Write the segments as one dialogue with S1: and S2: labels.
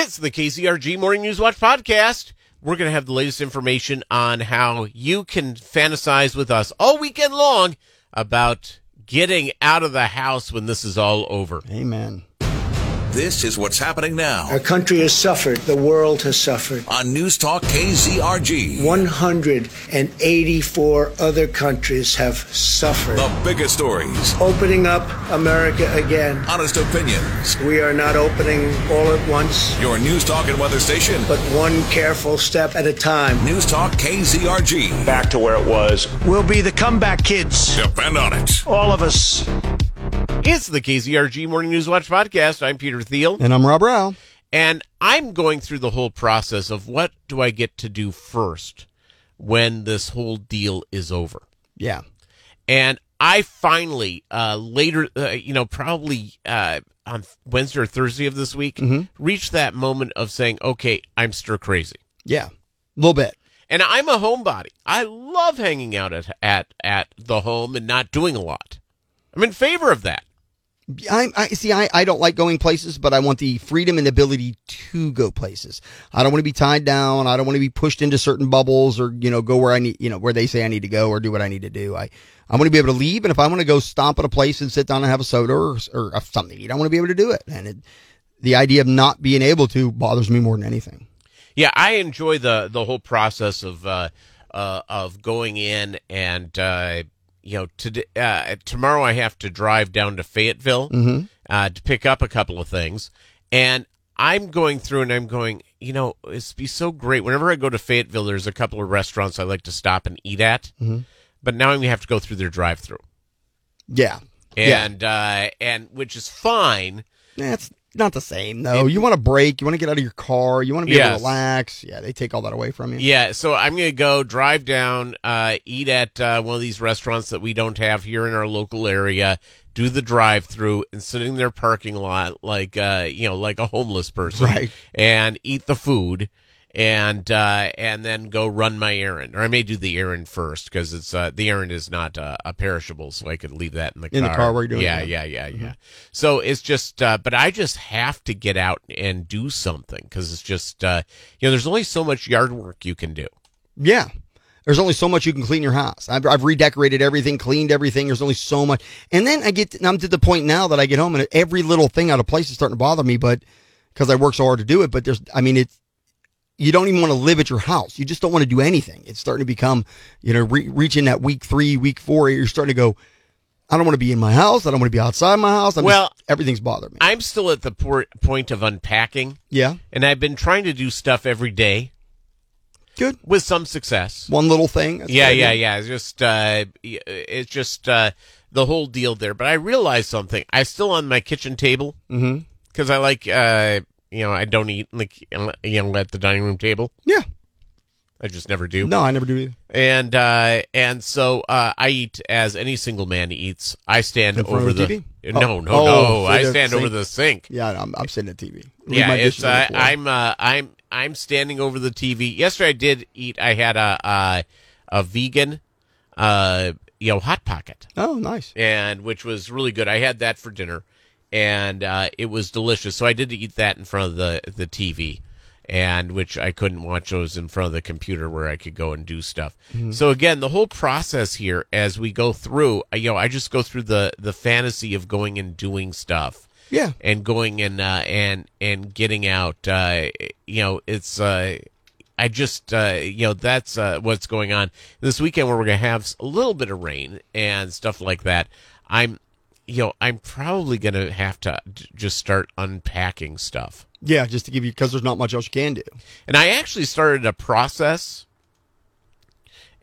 S1: It's the KCRG Morning News Watch podcast. We're going to have the latest information on how you can fantasize with us all weekend long about getting out of the house when this is all over.
S2: Amen.
S3: This is what's happening now
S4: Our country has suffered. The world has suffered.
S3: on News Talk KZRG.
S4: 184 other countries have suffered.
S3: The biggest stories,
S4: Opening up America again.
S3: honest opinions.
S4: We are not opening all at once,
S3: Your News Talk and weather station.
S4: but one careful step at a time.
S3: News Talk KZRG.
S5: back to where it was.
S2: We'll be the comeback kids.
S3: Depend on it.
S2: All of us.
S1: It's the KCRG Morning News Watch podcast. I'm Peter Thiel,
S2: And I'm Rob Rao.
S1: and I'm going through the whole process of what do I get to do first when this whole deal is over.
S2: Yeah.
S1: and I finally uh, later, uh, you know, probably uh, on Wednesday or Thursday of this week, reached that moment of saying, "Okay, I'm stir crazy,"
S2: Yeah. A little bit.
S1: and I'm a homebody. I love hanging out at at at the home and not doing a lot. I'm in favor of that.
S2: I, I see. I, I don't like going places, but I want the freedom and ability to go places. I don't want to be tied down. I don't want to be pushed into certain bubbles or you know go where I need you know where they say I need to go or do what I need to do. I I want to be able to leave, and if I want to go stop at a place and sit down and have a soda or or uh, something, to eat, I want to be able to do it. And it, the idea of not being able to bothers me more than anything.
S1: Yeah, I enjoy the the whole process of uh, uh, of going in and uh, you know today uh, tomorrow I have to drive down to Fayetteville uh, to pick up a couple of things, and I'm going through and I'm going. You know, it's be so great. Whenever I go to Fayetteville, there's a couple of restaurants I like to stop and eat at, but now I'm gonna have to go through their drive-through,
S2: Yeah. yeah.
S1: and uh, and which is fine.
S2: That's not the same though. you want to break. You want to get out of your car. You want to be able
S1: Yes.
S2: to relax. Yeah, they take all that away from you.
S1: Yeah, so I'm gonna go drive down, uh, eat at uh, one of these restaurants that we don't have here in our local area. Do the drive-through and sit in their parking lot like uh, you know, like a homeless person,
S2: Right.
S1: And eat the food, and uh, and then go run my errand, or I may do the errand first because it's uh, the errand is not uh, a perishable, so I could leave that in the
S2: In the car while you're doing Mm-hmm.
S1: Yeah,
S2: it.
S1: yeah, yeah, yeah. So it's just, uh, but I just have to get out and do something because it's just, uh, you know, there's only so much yard work you can do.
S2: Yeah. There's only so much you can clean your house. I've, I've redecorated everything, cleaned everything. There's only so much. And then I get, and I'm to the point now that I get home and every little thing out of place is starting to bother me, but because I work so hard to do it. But there's, I mean, it's, you don't even want to live at your house. You just don't want to do anything. It's starting to become, you know, re- reaching that week three, week four, you're starting to go, I don't want to be in my house. I don't want to be outside my house. I'm
S1: Well-
S2: just, everything's bothering me.
S1: I'm still at the por- point of unpacking,
S2: yeah.
S1: and I've been trying to do stuff every day
S2: Good.
S1: with some success.
S2: One little thing. That's
S1: yeah,
S2: what I
S1: yeah,
S2: do.
S1: yeah. It's just, uh, y- it's just uh, the whole deal there. But I realized something. I'm still on my kitchen table because
S2: Mm-hmm.
S1: I like, uh, you know, I don't eat like you know at the dining room table.
S2: Yeah.
S1: I just never do.
S2: No, I never do either.
S1: and uh and so uh i eat as any single man eats i stand
S2: In front
S1: over
S2: of the
S1: the
S2: TV?
S1: no
S2: Oh.
S1: no
S2: Oh,
S1: no
S2: for
S1: i
S2: the
S1: stand over
S2: sink.
S1: the sink
S2: Yeah, I'm, I'm sitting at TV. Leave
S1: yeah
S2: my
S1: it's
S2: dishes on the
S1: uh,
S2: floor.
S1: i'm uh i'm i'm standing over the tv yesterday i did eat i had a uh a vegan uh you know hot pocket
S2: Oh, nice.
S1: and which was really good i had that for dinner and uh it was delicious so i did eat that in front of the the tv and which I couldn't watch those in front of the computer where I could go and do stuff. So again, the whole process here as we go through, I- you know, I just go through the the fantasy of going and doing stuff
S2: Yeah.
S1: and going and uh, and and getting out. Uh, you know, it's uh, I just uh, you know that's uh, what's going on this weekend where we're gonna have a little bit of rain and stuff like that. I'm you know I'm probably gonna have to j- just start unpacking stuff.
S2: Yeah, just to give you, because there's not much else you can do.
S1: And I actually started a process,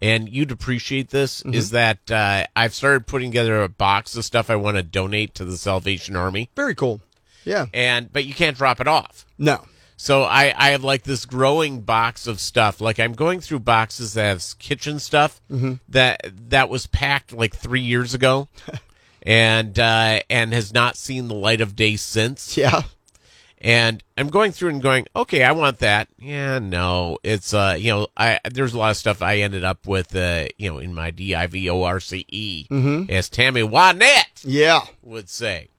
S1: and you'd appreciate this, is that uh, I've started putting together a box of stuff I want to donate to the Salvation Army,
S2: Very cool. Yeah.
S1: and but you can't drop it off.
S2: No.
S1: So I, I have like this growing box of stuff. Like I'm going through boxes that have kitchen stuff that that was packed like three years ago, and uh, and has not seen the light of day since
S2: Yeah.
S1: and I'm going through and going, okay, I want that. Yeah, no, it's uh, you know, I there's a lot of stuff I ended up with, uh, you know, in my D I V O R C E, as Tammy Wynette
S2: Yeah.
S1: would say,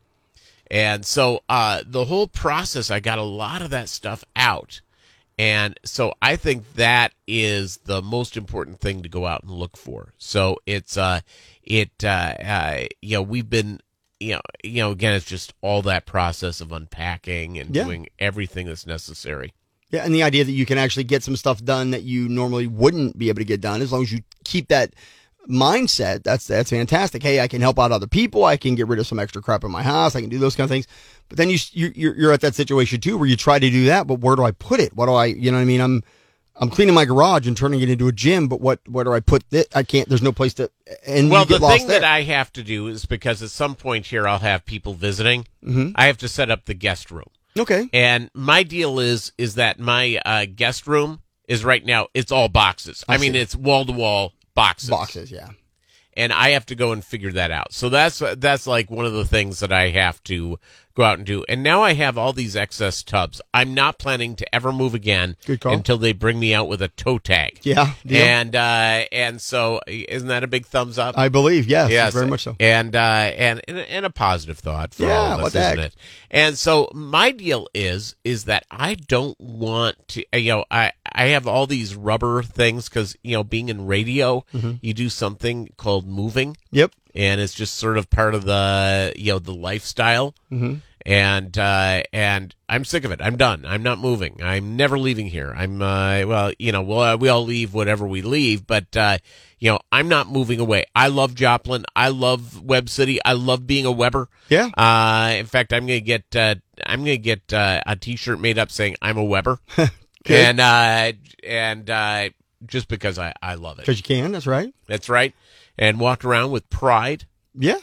S1: And so uh, the whole process, I got a lot of that stuff out. And so I think that is the most important thing to go out and look for. So it's uh it uh, uh you know we've been you know you know again it's just all that process of unpacking and
S2: Yeah.
S1: doing everything that's necessary.
S2: Yeah, and the idea that you can actually get some stuff done that you normally wouldn't be able to get done as long as you keep that mindset. That's that's fantastic. Hey, I can help out other people. I can get rid of some extra crap in my house. I can do those kind of things. But then you s- you you're, you're at that situation too where you try to do that, but where do I put it? What do I, you know what I mean? I'm I'm cleaning my garage and turning it into a gym, but what where do I put it? I can't. There's no place to. And
S1: well,
S2: you get
S1: the
S2: lost
S1: thing
S2: there.
S1: that I have to do is because at some point here I'll have people visiting. Mm-hmm. I have to set up the guest room.
S2: okay.
S1: And my deal is is that my uh, guest room is right now it's all boxes. I, mean
S2: see.
S1: it's wall to wall boxes.
S2: Boxes, yeah.
S1: and I have to go and figure that out. So that's that's like one of the things that I have to go out and do. And now I have all these excess tubs. I'm not planning to ever move again
S2: Good call.
S1: until they bring me out with a toe tag.
S2: Yeah, deal.
S1: And uh, and so isn't that a big thumbs up?
S2: I believe, yes, very much so.
S1: And uh, and and and a positive thought for
S2: Yeah,
S1: all of us,
S2: what the
S1: isn't
S2: heck?
S1: it? And so my deal is is that I don't want to. You know, I I have all these rubber things because you know, being in radio,
S2: Mm-hmm.
S1: you do something called moving
S2: Yep.
S1: and it's just sort of part of the you know the lifestyle and uh and i'm sick of it i'm done i'm not moving i'm never leaving here i'm uh well you know well uh, we all leave whatever we leave but uh you know i'm not moving away i love joplin i love web city i love being a weber
S2: Yeah.
S1: uh in fact i'm gonna get uh i'm gonna get uh, a t-shirt made up saying i'm a weber and uh and uh just because i i love it
S2: Because you can. That's right.
S1: that's right and walk around with pride
S2: Yeah.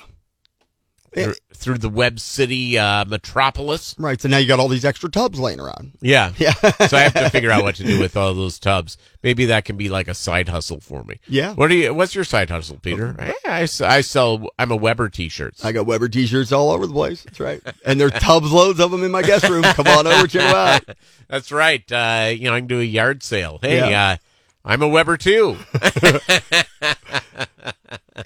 S2: Yeah.
S1: through, through the Web City uh, metropolis.
S2: Right. So now you got all these extra tubs laying around.
S1: Yeah.
S2: Yeah.
S1: so I have to figure out what to do with all those tubs. Maybe that can be like a side hustle for me.
S2: Yeah. Oh.
S1: What do you? What's your side hustle, Peter? I, I s- I sell. I'm a Weber t-shirts.
S2: I got Weber t-shirts all over the place. That's right. And there are tubs loads of them in my guest room. Come on over, check 'em out.
S1: That's right. Uh, you know, I can do a yard sale. Hey,
S2: Yeah.
S1: uh, I'm a Weber too.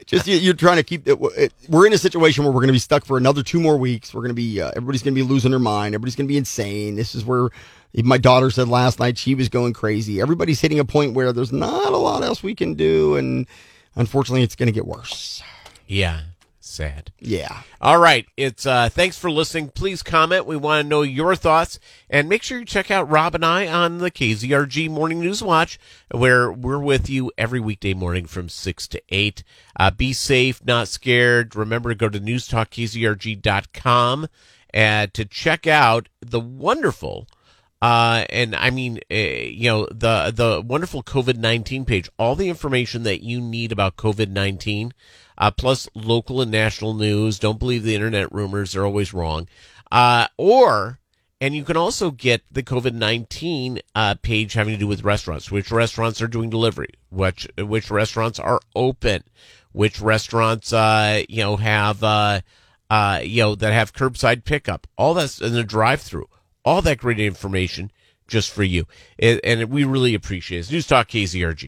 S2: Just you, you're trying to keep it, it. We're in a situation where we're going to be stuck for another two more weeks. We're going to be uh, everybody's going to be losing their mind. Everybody's going to be insane. This is where my daughter said last night she was going crazy. Everybody's hitting a point where there's not a lot else we can do, and unfortunately, it's going to get worse.
S1: yeah. Sad.
S2: Yeah.
S1: All right. It's uh thanks for listening. Please comment. We want to know your thoughts. And make sure you check out Rob and I on the KZRG Morning News Watch, where we're with you every weekday morning from six to eight. Uh, be safe, not scared. Remember to go to newstalkkzrg.com and uh, to check out the wonderful uh, and I mean, uh, you know, the the wonderful COVID nineteen page, all the information that you need about COVID nineteen, uh, plus local and national news. Don't believe the internet rumors; they're always wrong. Uh, or and you can also get the COVID nineteen uh, page having to do with restaurants, which restaurants are doing delivery, which which restaurants are open, which restaurants uh, you know have uh, uh, you know that have curbside pickup, all that's in the drive through all that great information just for you. And, and we really appreciate it. News Talk KZRG.